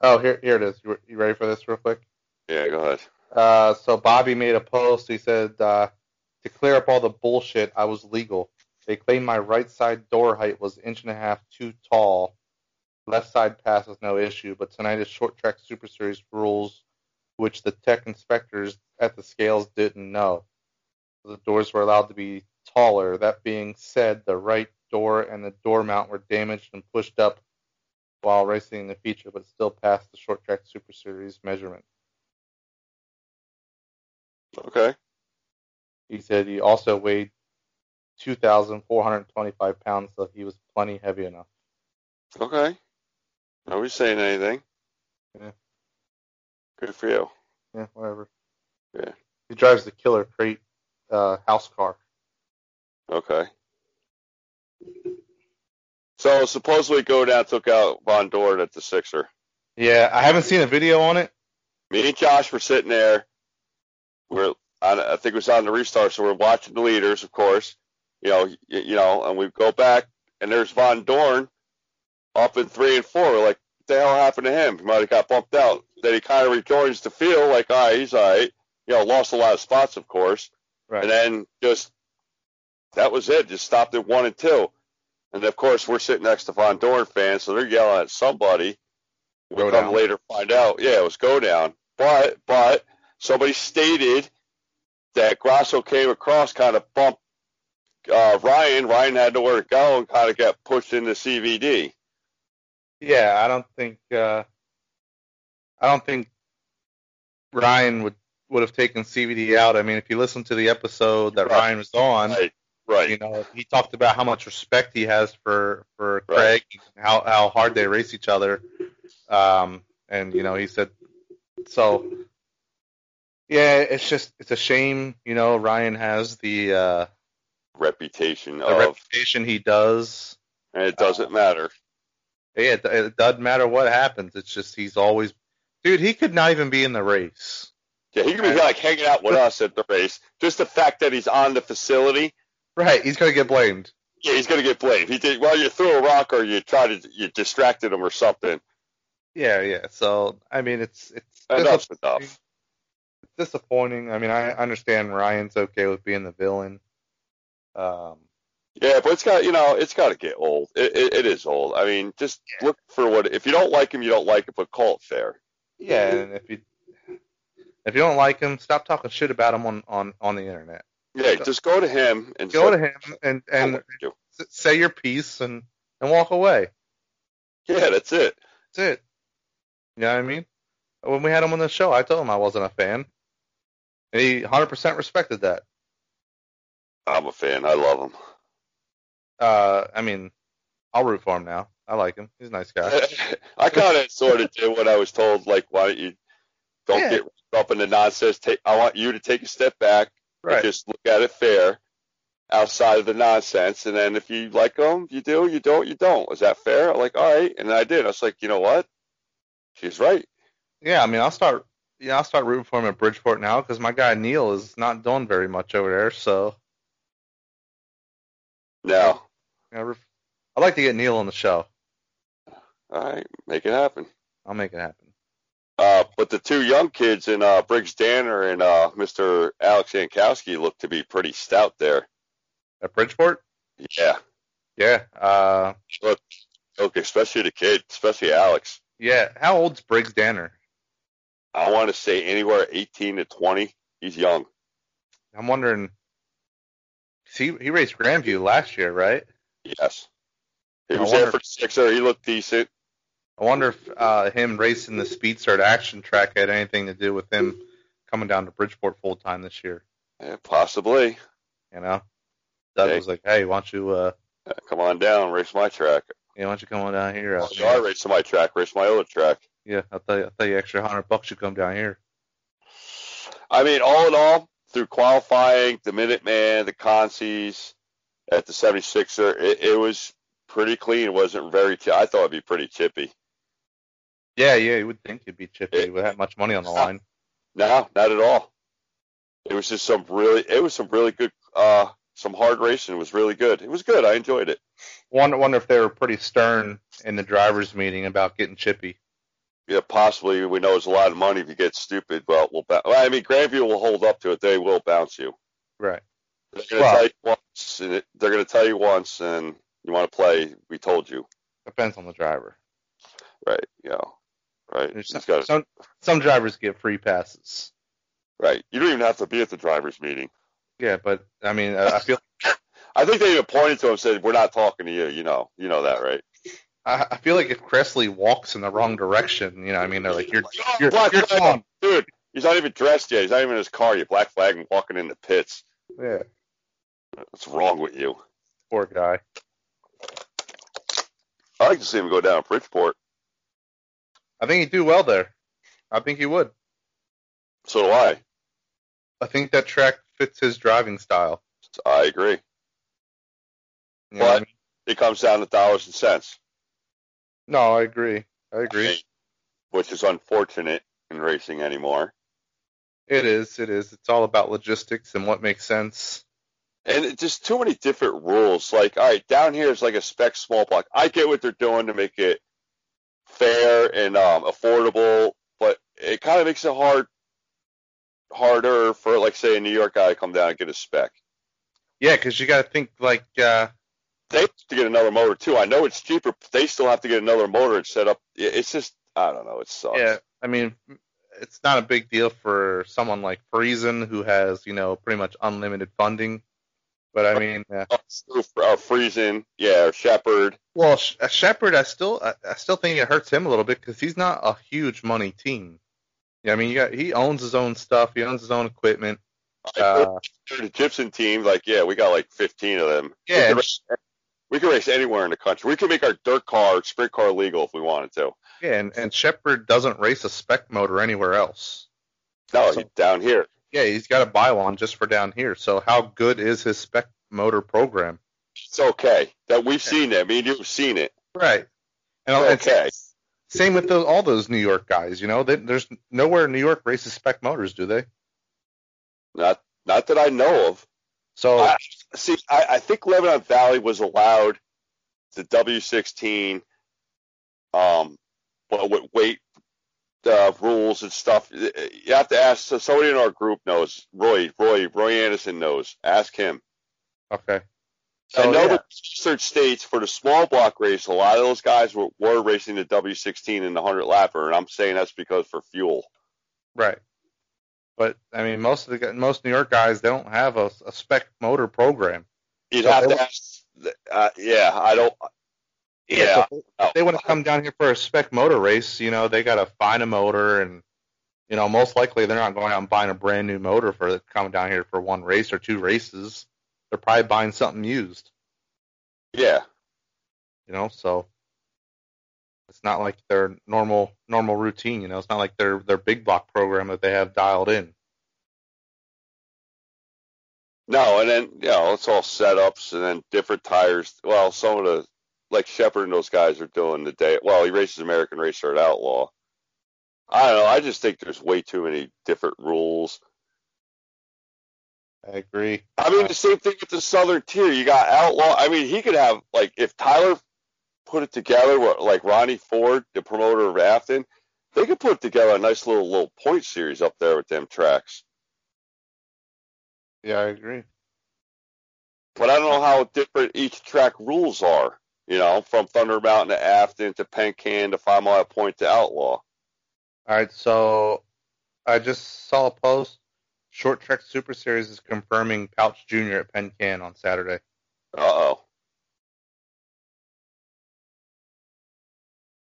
Oh, here here it is. You, you ready for this real quick? Yeah, go ahead. Uh, so Bobby made a post. He said, uh, "To clear up all the bullshit, I was legal. They claimed my right side door height was inch and a half too tall. Left side pass was no issue, but tonight is short track Super Series rules, which the tech inspectors at the scales didn't know. The doors were allowed to be taller. That being said, the right door and the door mount were damaged and pushed up while racing in the feature, but still passed the short track Super Series measurement." Okay. He said he also weighed 2,425 pounds, so he was plenty heavy enough. Okay. Are we saying anything? Yeah. Good for you. Yeah, whatever. Yeah. He drives the killer crate uh, house car. Okay. So supposedly Godown took out Von Doren at the Sixer. Yeah, I haven't seen a video on it. Me and Josh were sitting there. We're on, I think it was on the restart, so we're watching the leaders, of course. You know, y- you, know, and we go back, and there's Von Dorn up in three and four. We're like, what the hell happened to him? He might have got bumped out. Then he kind of rejoins the field, like, all right, he's all right. You know, lost a lot of spots, of course. Right. And then just that was it. Just stopped at one and two. And of course, we're sitting next to Von Dorn fans, so they're yelling at somebody. We'll Go come down. later find out. Yeah, it was go down. But but somebody stated that Grosso came across, kind of bumped uh, Ryan. Ryan had nowhere to go and kind of got pushed into CVD. Yeah, I don't think uh, I don't think Ryan would would have taken CVD out. I mean, if you listen to the episode that Right. Ryan was on, Right. Right. you know, he talked about how much respect he has for for Right. Craig, and how how hard they race each other, um, and you know, he said so. Yeah, it's just it's a shame, you know. Ryan has the uh, Reputation the of, reputation he does. and it doesn't matter. Yeah, it, it doesn't matter what happens. It's just he's always, dude. He could not even be in the race. Yeah, he could be like hanging <laughs> out with us at the race. Just the fact that he's on the facility Right, he's gonna get blamed. Yeah, he's gonna get blamed. He did well. You threw a rock, or you tried to you distracted him, or something. Yeah, yeah. So I mean, it's it's Enough's disap- enough. disappointing. I mean, I understand Ryan's okay with being the villain. Um, Yeah, but it's got you know it's got to get old. It, it, it is old. I mean, just look for what if you don't like him, you don't like it, but call it fair. yeah, and if you if you don't like him, stop talking shit about him on on on the internet. Yeah, just go to him and Go to him and "I and like you." s- say your piece and and walk away. Yeah, that's it. That's it. You know what I mean? When we had him on the show, I told him I wasn't a fan. And he 100% respected that. I'm a fan. I love him. Uh, I mean, I'll root for him now. I like him. He's a nice guy. I kind of sort of did what I was told. Like, why don't you don't Yeah. get wrapped up in the nonsense? Take, I want you to take a step back. <laughs> and Right. just look at it fair outside of the nonsense and then if you like them you do you don't you don't is that fair I'm like all right and i did i was like you know what she's right Yeah, I mean, I'll start. Yeah, I'll start rooting for him at Bridgeport now because my guy Neil is not doing very much over there. So now you know, roof- I'd like to get Neil on the show. all right make it happen I'll make it happen. uh, but the two young kids in uh, Briggs Danner and uh, Mr. Alex Jankowski look to be pretty stout there. At Bridgeport? Yeah, Yeah. Uh, okay, especially the kid, especially Alex. yeah. How old's Briggs Danner? I want to say anywhere 18 to 20. He's young. I'm wondering. 'cause He he raced Grandview last year, right? Yes, he I was wonder- there for sixer. He looked decent. I wonder if uh, him racing the speedster at Action Track had anything to do with him coming down to Bridgeport full time this year. Yeah, eh, possibly. You know, Doug Hey. was like, "Hey, why don't you, uh, come on down, race my track. you know, why don't you come on down here? Well, you are racing my track, race my other track. yeah, I'll tell you, I'll tell you, extra hundred bucks you come down here." I mean, all in all, through qualifying, the Minuteman, the Consies, at the 76er, it, it was pretty clean. It wasn't very, chi- I thought it'd be pretty chippy. Yeah, yeah, you would think you'd be chippy It- with that much money on the Huh. line. No, not at all. It was just some really, it was some really good, uh, some hard racing. It was really good. It was good. I enjoyed it. Wonder, wonder if they were pretty stern in the drivers' meeting about getting chippy. Yeah, possibly we know it's a lot of money if you get stupid, but we'll, bou- I mean, Grandview will hold up to it. They will bounce you. Right. They're gonna Well- tell you once, and it, they're gonna tell you once, and you want to play. We told you, Depends on the driver. right? You know, right? There's some, It's gotta- some some drivers get free passes. right. You don't even have to be at the drivers' meeting. Yeah, but I mean, I, I feel I think they even pointed to him and said, "We're not talking to you." You know, you know that, right? I, I feel like if Cressley walks in the wrong direction, you know, I mean, they're like, you're, Oh, you're, Black you're Flag, gone. dude. He's not even dressed yet. He's not even in his car. You black flag him walking in the pits. Yeah, What's wrong with you? poor guy. I like to see him go down to Bridgeport. I think he'd do well there. I think he would. So do I. I think that track fits his driving style. I agree. You know what I But- mean? It comes down to dollars and cents, No, I agree. I agree. which is unfortunate in racing anymore. It is. It is. It's all about logistics and what makes sense. And it just too many different rules. Like, all right, down here is like a spec small block. I get what they're doing to make it fair and um, affordable, but it kind of makes it hard, harder for, like, say, a New York guy to come down and get a spec. Yeah, because you got to think like uh, They have to get another motor too. I know it's cheaper, but they still have to get another motor and set up. it- It's just, I don't know. It sucks. Yeah, I mean, it's not a big deal for someone like Friesen who has, you know, pretty much unlimited funding. But I mean, uh, Uh, Friesen, yeah, or Shepard. well, Sh- uh, Shepard, I still, I, I still think it hurts him a little bit because he's not a huge money team. Yeah, I mean, you got, he owns his own stuff, he owns his own equipment. Like, Uh, the Gibson team, like, yeah, we got like 15 of them. yeah, We and could, race, we could race anywhere in the country. We could make our dirt car, sprint car legal if we wanted to. yeah, and, and Shepard doesn't race a spec motor anywhere else. No, So- he- down here. Yeah, he's got to buy one just for down here. So how good is his spec motor program? It's okay. That We've seen that. Me and you have seen it. Right. And, and Okay. Same with those, all those New York guys. You know, they, there's nowhere in New York races spec motors, do they? Not, not that I know of. So I- see, I, I think Lebanon Valley was allowed the W16, um, but with weight uh, rules and stuff. You have to ask so somebody in our group knows. Roy, Roy, Roy Anderson knows. Ask him. okay. So I know Oh, yeah, the research states for the small block race, a lot of those guys were, were racing the W16 and the 100 lapper, and I'm saying that's because for fuel. right. But I mean, most of the gu- most New York guys they don't have a, a spec motor program. You'd So have they to ask. Uh, yeah, I don't. Yeah, So no. if they want to come down here for a spec motor race. You know, they got to find a motor, and you know, most likely they're not going out and buying a brand new motor for coming down here for one race or two races. They're probably buying something used. yeah. you know so it's not like their normal normal routine you know it's not like their their big block program that they have dialed in No, and then you know it's all setups and then different tires. Well, some of the like Shepard and those guys are doing the day. Well, he races American Racer at Outlaw. I don't know. I just think there's way too many different rules. i agree I mean, the same thing with the Southern Tier. You got Outlaw. I mean, he could have like if Tyler put it together, what- like Ronnie Ford, the promoter of Afton, they could put together a nice little little point series up there with them tracks. yeah i agree but I don't know how different each track rules are. You know, from Thunder Mountain to Afton to Pencan to Five Mile Point to Outlaw. all right so i just saw a post short trek super series is confirming pouch junior at penn can on saturday Uh oh.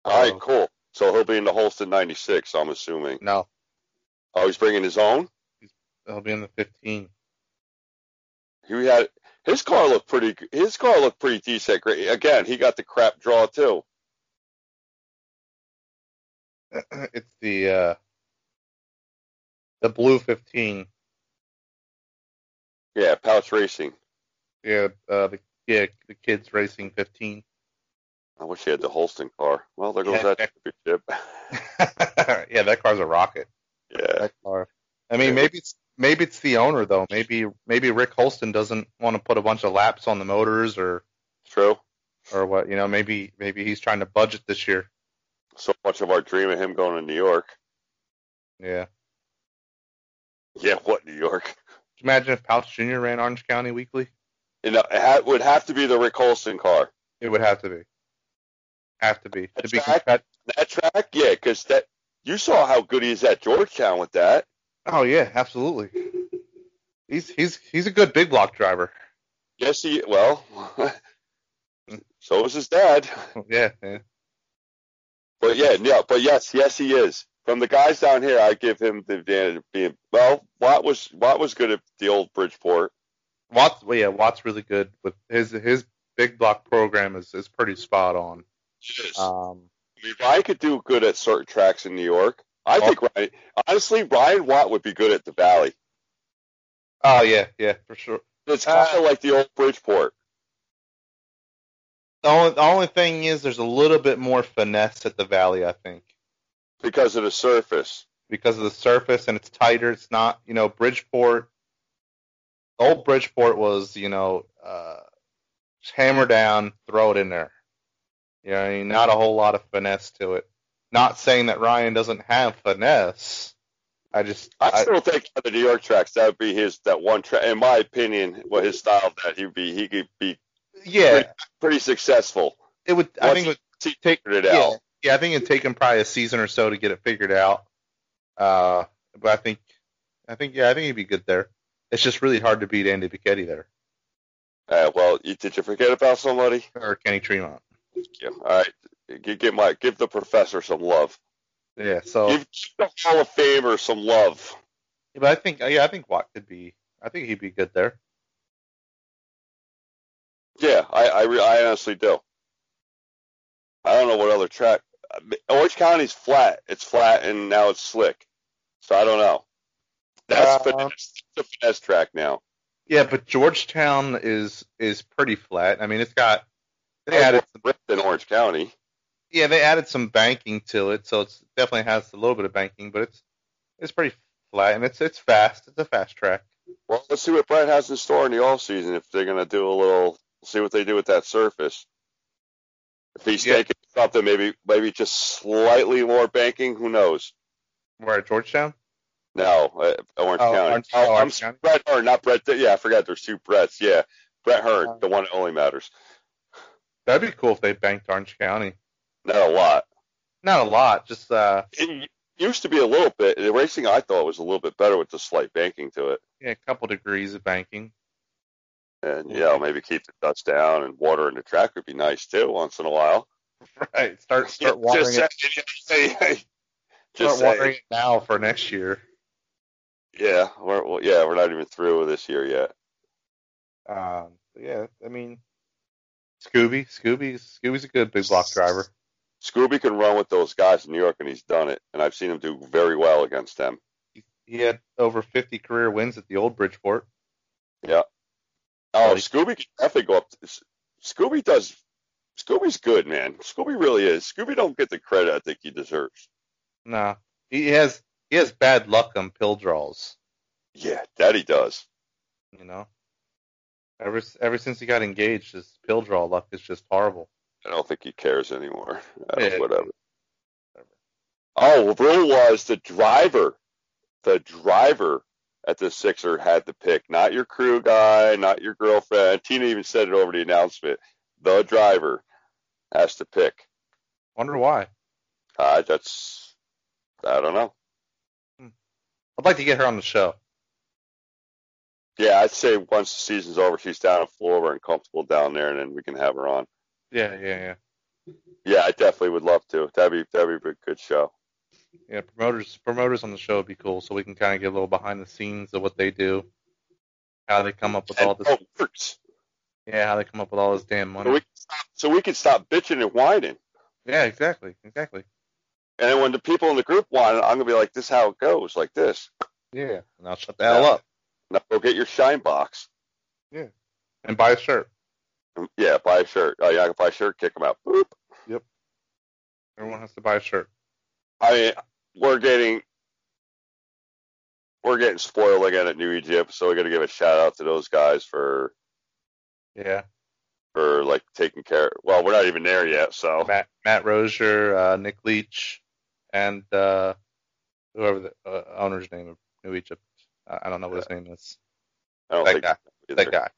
All right, Oh. cool. So he'll be in the Holston '96, I'm assuming. no Oh, he's bringing his own. he'll be in the 15 He had his car looked pretty. g- His car looked pretty decent. Great. Again, he got the crap draw too. <clears throat> it's the uh the blue 15 Yeah, Pouch Racing. yeah uh the yeah the kids racing 15 I wish he had the Holston car. Well, there goes Yeah. that championship. <laughs> <laughs> yeah that car's a rocket yeah. that car. I mean, maybe it's maybe it's the owner though. Maybe maybe Rick Holston doesn't want to put a bunch of laps on the motors or True. or what. You know, maybe maybe he's trying to budget this year. So much of our dream of him going to New York. Yeah. <laughs> Yeah, what New York? Could you Imagine if Pouch Jr. ran Orange County Weekly. You know, it ha- would have to be the Rick Holston car. It would have to be. Have to be to be Track? compet- That track, yeah, because that you saw how good he is at Georgetown with that. Oh yeah, absolutely. He's he's he's a good big block driver. <laughs> Yes, he. Well, <laughs> so is his dad. Yeah. yeah. But yeah, yeah, but yes, yes, he is. From the guys down here, I give him the advantage of being. Well, Watt was Watt was good at the old Bridgeport. Watts. Well, yeah, Watts really good with his his big block program is is pretty spot on. Yes. Um, Uh, I mean, Ryan could do good at certain tracks in New York. I think Ryan, honestly, Ryan Watt would be good at the Valley. Oh yeah, yeah, for sure. It's kind Uh, of like the old Bridgeport. The only, the only thing is, there's a little bit more finesse at the valley, I think, because of the surface. because of the surface and it's tighter. It's not, you know, Bridgeport. The old Bridgeport was, you know, uh, just hammer down, throw it in there. You know, what I mean? not a whole lot of finesse to it. Not saying that Ryan doesn't have finesse. I just, I I, still think the New York tracks that would be his that one track. In my opinion, what his style of that he'd be he could be yeah, pretty successful. it would. I think it would Once he take figured it yeah, out. Yeah, I think it'd take him probably a season or so to get it figured out. Uh, but I think, I think, yeah, I think he'd be good there. It's just really hard to beat Andy Piketty there Uh, well, you, did you forget about somebody? or Kenny Tremont. Yeah. All right, give, give my give the professor some love. Yeah, so Give the Hall of Famer some love. but I think, yeah, I think Watt could be. I think he'd be good there. Yeah, I I, re- I honestly do. I don't know what other track. uh, Orange County's flat. It's flat and now it's slick. So I don't know. That's Uh, finesse, the finesse track now. Yeah, but Georgetown is is pretty flat. I mean, it's got they added some, ripped in Orange County. Oh, yeah they added some banking to it, so it's definitely has a little bit of banking, but it's it's pretty flat and it's it's fast. It's a fast track. Well, let's see what Brett has in store in the off season. If they're gonna do a little, see what they do with that surface. If he's Yeah. taking something, maybe maybe just slightly more banking. Who knows? We're at Georgetown. No, uh, Orange Oh, County. Orange- oh, I'm Orange County. Brett Hearn, not Brett. Yeah, I forgot. There's two Bretts. Yeah, Brett Hearn, Oh. the one that only matters. That'd be cool if they banked Orange County. Not a lot. Not a lot, just uh, It used to be a little bit. The racing I thought was a little bit better with the slight banking to it. yeah, a couple degrees of banking. <laughs> And you Mm-hmm. know, maybe keep the dust down and water in the track would be nice too once in a while. Right. Start start watering just it. saying. Start just watering saying. it now for next year. Yeah, we're, well, yeah, we're not even through with this year yet. Um, but yeah, I mean, Scooby, Scooby's Scooby's a good big block driver. Scooby can run with those guys in New York, and he's done it. And I've seen him do very well against them. He had over 50 career wins at the old Bridgeport. Oh, Like- Scooby can definitely go up. To, S- Scooby does. Scooby's good, man. Scooby really is. Scooby don't get the credit I think he deserves. Nah, he has he has bad luck on pill draws. Yeah, that he does. You know, ever s- ever since he got engaged, his pill draw luck is just horrible. I don't think he cares anymore. Uh, Yeah. Whatever. Oh, rule was the driver. The driver at the Sixer had the pick, not your crew guy, not your girlfriend. Tina even said it over the announcement. The driver has to pick. Wonder why. Uh, that's I don't know. I'd like to get her on the show. Yeah, I'd say once the season's over, she's down in Florida and comfortable down there, and then we can have her on. Yeah, yeah, yeah. Yeah, I definitely would love to. That'd be that'd be a good show. Yeah, promoters promoters on the show would be cool, so we can kind of get a little behind the scenes of what they do, how they come up with all And oh. this, it works. yeah, how they come up with all this damn money. We- So we can stop bitching and whining. yeah, exactly, exactly. And then when the people in the group whine, I'm gonna be like, "This is how it goes, like this." Yeah, and I'll shut the hell Yeah. up Now go get your shine box. Mm, and buy a shirt. Yeah, buy a shirt. Oh yeah, I can buy a shirt. Kick them out. Boop. Everyone has to buy a shirt. I mean, we're getting we're getting spoiled again at New Egypt, so we got to give a shout out to those guys for Yeah, for like taking care. Well, we're not even there yet, so Matt Matt Rozier, uh, Nick Leach, and uh, whoever the uh, owner's name of New Egypt. I I don't know what his name is. I don't That think guy. either. That guy.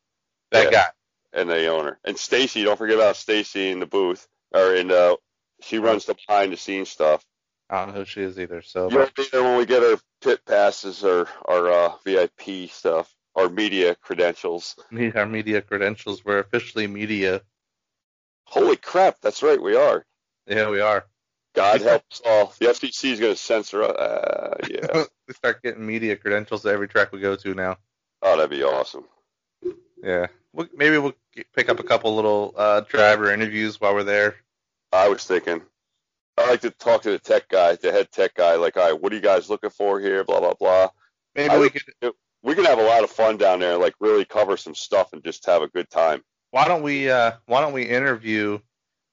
That Yeah. guy. and the owner and Stacy. Don't forget about Stacy in the booth or in uh, she runs the behind the scenes stuff. I don't know who she is either. So You'll be there when we get our pit passes or our uh, VIP stuff, our media credentials. me- our media credentials. We're officially media. Holy crap, that's right, we are. Yeah, we are. <laughs> God help us all. The FCC is going to censor us. Uh, <laughs> yeah. we start getting media credentials at every track we go to now. Oh, that'd be awesome. Yeah. We'll, maybe we'll get, pick up a couple little uh, driver interviews while we're there. I was thinking I like to talk to the tech guy, the head tech guy. Like, all right, what are you guys looking for here? Blah blah blah. Maybe I we would- could. We can have a lot of fun down there. and, Like, really cover some stuff and just have a good time. Why don't we? Uh, why don't we interview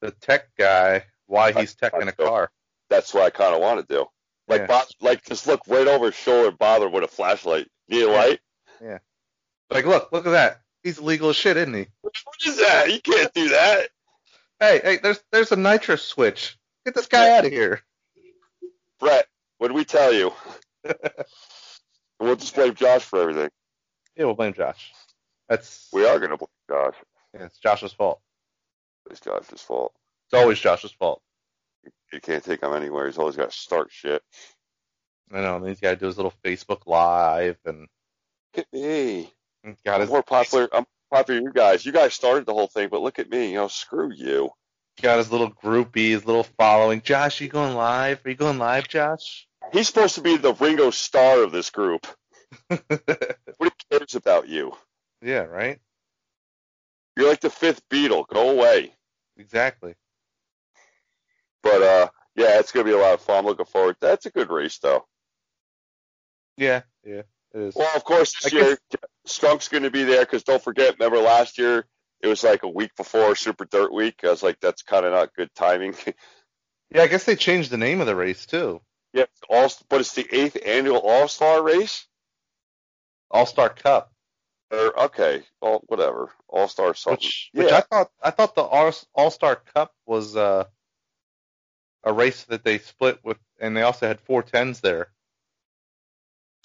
the tech guy while he's teching a car? That's what I kind of want to do. Like, Yeah. bo- like just look right over his shoulder, and bother with a flashlight. Need a Yeah. light? Like, look, look at that. He's illegal as shit, isn't he? What is that? You can't do that. Hey, hey, there's there's a nitrous switch. Get this guy out of here. Brett, what did we tell you? and <laughs> we'll just blame Josh for everything. Yeah, we'll blame Josh. That's We are going to blame Josh. yeah, it's Josh's fault. It's Josh's fault. It's always Josh's fault. You can't take him anywhere. He's always got to start shit. I know. And he's got to do his little Facebook live and Look at me. got I'm his more popular. I'm more popular than you guys. You guys started the whole thing, but look at me. You know, screw you. got his little groupie, his little following. Josh, you going live? Are you going live, Josh? He's supposed to be the Ringo star of this group. What he cares about you? yeah, right. You're like the fifth Beatle. Go away. Exactly. But uh, yeah, it's gonna be a lot of fun. I'm looking forward. That's a good race, though. Yeah, yeah. It is. Well, of course, this I year Skunk's going to be there because don't forget. Remember last year it was like a week before Super Dirt Week. I was like, that's kind of not good timing. <laughs> yeah, I guess they changed the name of the race too. yeah, it's all but it's the eighth annual All Star race. All Star Cup, Or okay, all whatever, All Star something. which Oh, yeah, which I thought I thought the All Star Cup was uh, a race that they split with, and they also had four tens there.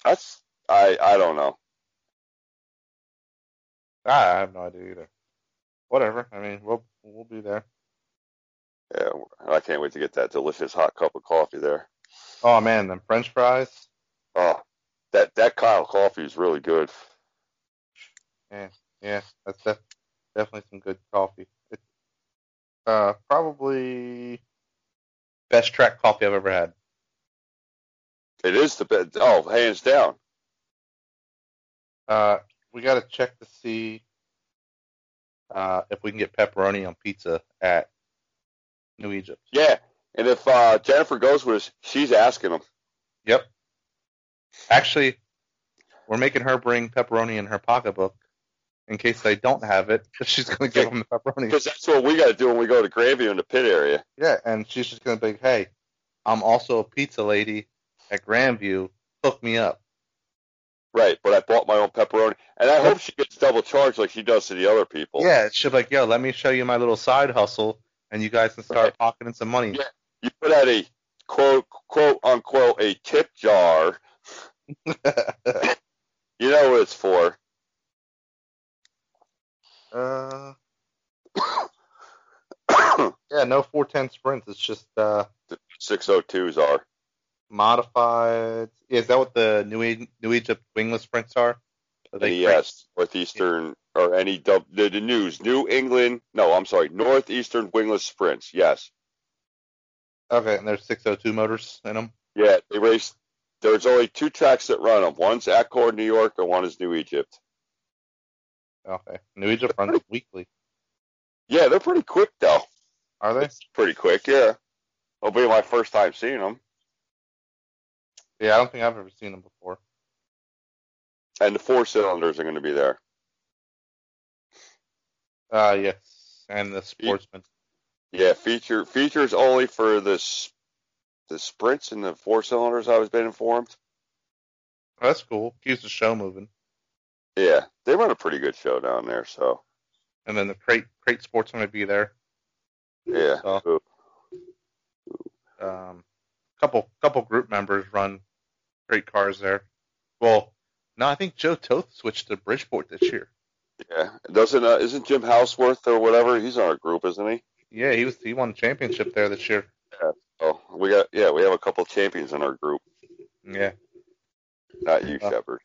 that's I I don't know. Ah, I have no idea either. Whatever. I mean, we'll we'll be there. Yeah, I can't wait to get that delicious hot cup of coffee there. Oh man, them French fries. Oh, that that Kyle coffee is really good. Yeah, that's def- definitely some good coffee. It's uh, probably best track coffee I've ever had. It is the best. Oh, hands down. Uh, we got to check to see uh, if we can get pepperoni on pizza at New Egypt. Yeah, and if uh, Jennifer goes with us, she's asking him. Yep. Actually, we're making her bring pepperoni in her pocketbook in case they don't have it. She's going to give them the pepperoni. Because that's what we got to do when we go to Grandview in the pit area. Yeah, and she's just going to be, hey, I'm also a pizza lady at Grandview. Hook me up. Right, but I bought my own pepperoni, and I hope she gets double charged like she does to the other people. Yeah, she'll be like, yo, let me show you my little side hustle, and you guys can start Right. pocketing some money. Yeah. You put out a quote, quote unquote, a tip jar. You know what it's for. <coughs> uh, yeah, no 410 sprints. It's just uh, 602s are. modified. Is that what the New, e- New Egypt wingless sprints are? Are The they yes, Northeastern or any dub, the, the news, New England. No, I'm sorry, Northeastern wingless sprints. Yes, Okay, and there's 602 motors in them. yeah, they race. There's only two tracks that run them. One's Accord, New York, and one is New Egypt. Okay, New Egypt runs weekly. Yeah, they're pretty quick though. Are they? Pretty quick, yeah. It'll be my first time seeing them. Yeah, I don't think I've ever seen them before. And the four cylinders are going to be there. Uh, yes, and the sportsman. Yeah, feature features only for this the sprints and the four cylinders. I was been informed. Oh, that's cool. Keeps the show moving. Yeah, they run a pretty good show down there. So And then the crate crate sports going to be there. yeah, Oh. Ooh. Um, couple couple group members run crate cars there. Well, no, I think Joe Toth switched to Bridgeport this year. yeah. Doesn't uh, isn't Jim Houseworth or whatever? He's on our group, isn't he? Yeah, he was he won a championship there this year. Oh, we got yeah, we have a couple champions in our group. Yeah, Not you, Oh. Shepard.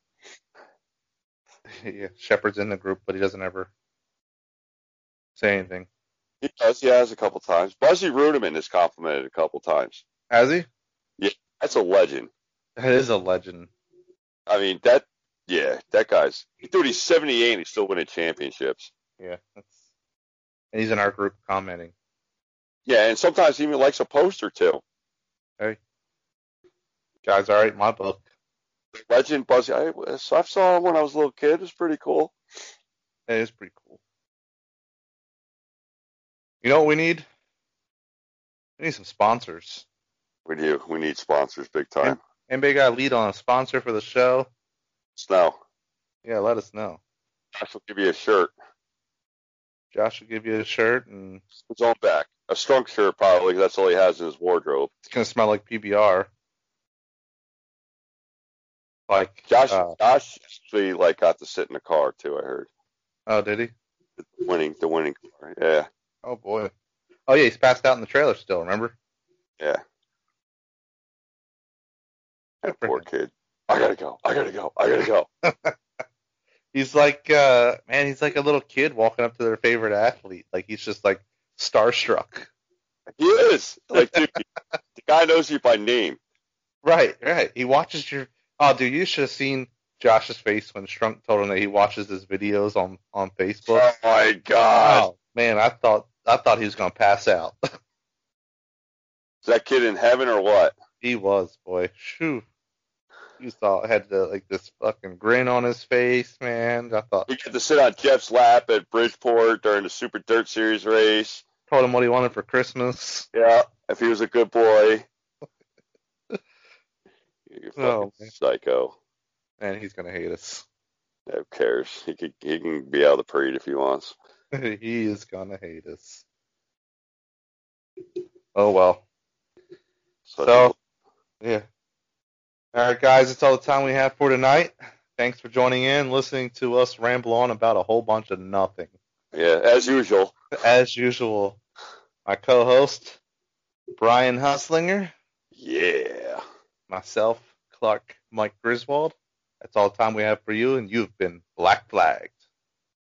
<laughs> yeah. Shepard's in the group, but he doesn't ever say anything. He does. He has a couple times. Buzzy Rudiman is complimented a couple times. Has he? That's a legend. That is a legend. I mean that. Yeah, that guy's dude. He's 78. and He's still winning championships. Yeah, that's. And he's in our group commenting. Yeah, and sometimes he even likes a poster too. Guys, all right, my book. Legend Buzzy. I, I saw him when I was a little kid. It was pretty cool. That is pretty cool. You know what we need? We need some sponsors. We do. We need sponsors big time. Anybody got a lead on a sponsor for the show? Snow. Yeah, let us know. I will give you a shirt. Josh will give you a shirt and It's on back. A strong shirt, probably. 'cause That's all he has in his wardrobe. it's gonna smell like PBR. Like Josh, uh, Josh actually like got to sit in the car too. I heard oh did he? the winning, the winning car. Yeah, Oh boy. Oh yeah, he's passed out in the trailer still, remember? yeah. That poor kid. I gotta go. I gotta go. I gotta go. He's like uh man, he's like a little kid walking up to their favorite athlete. Like he's just like starstruck. He is like, dude, <laughs> the guy knows you by name. Right, right. He watches your. Oh, dude, you should have seen Josh's face when Strunk told him that he watches his videos on on Facebook. Oh my god! Oh, man, I thought I thought he was gonna pass out. <laughs> Is that kid in heaven or what? he was, boy. Shoo. You saw had the, like this fucking grin on his face, man. I thought He got to sit on Jeff's lap at Bridgeport during the Super Dirt Series race. told him what he wanted for Christmas. Yeah, if he was a good boy. you fucking Oh, man. psycho. Man, he's gonna hate us. Who cares? He could he can be out of the parade if he wants. <laughs> he is gonna hate us. Oh well. So, yeah. All right, guys, that's all the time we have for tonight. Thanks for joining in, listening to us ramble on about a whole bunch of nothing. yeah, as usual. As usual, my co host, Brian Huslinger, Yeah. myself, Clark Mike Griswold. That's all the time we have for you, and you've been black flagged.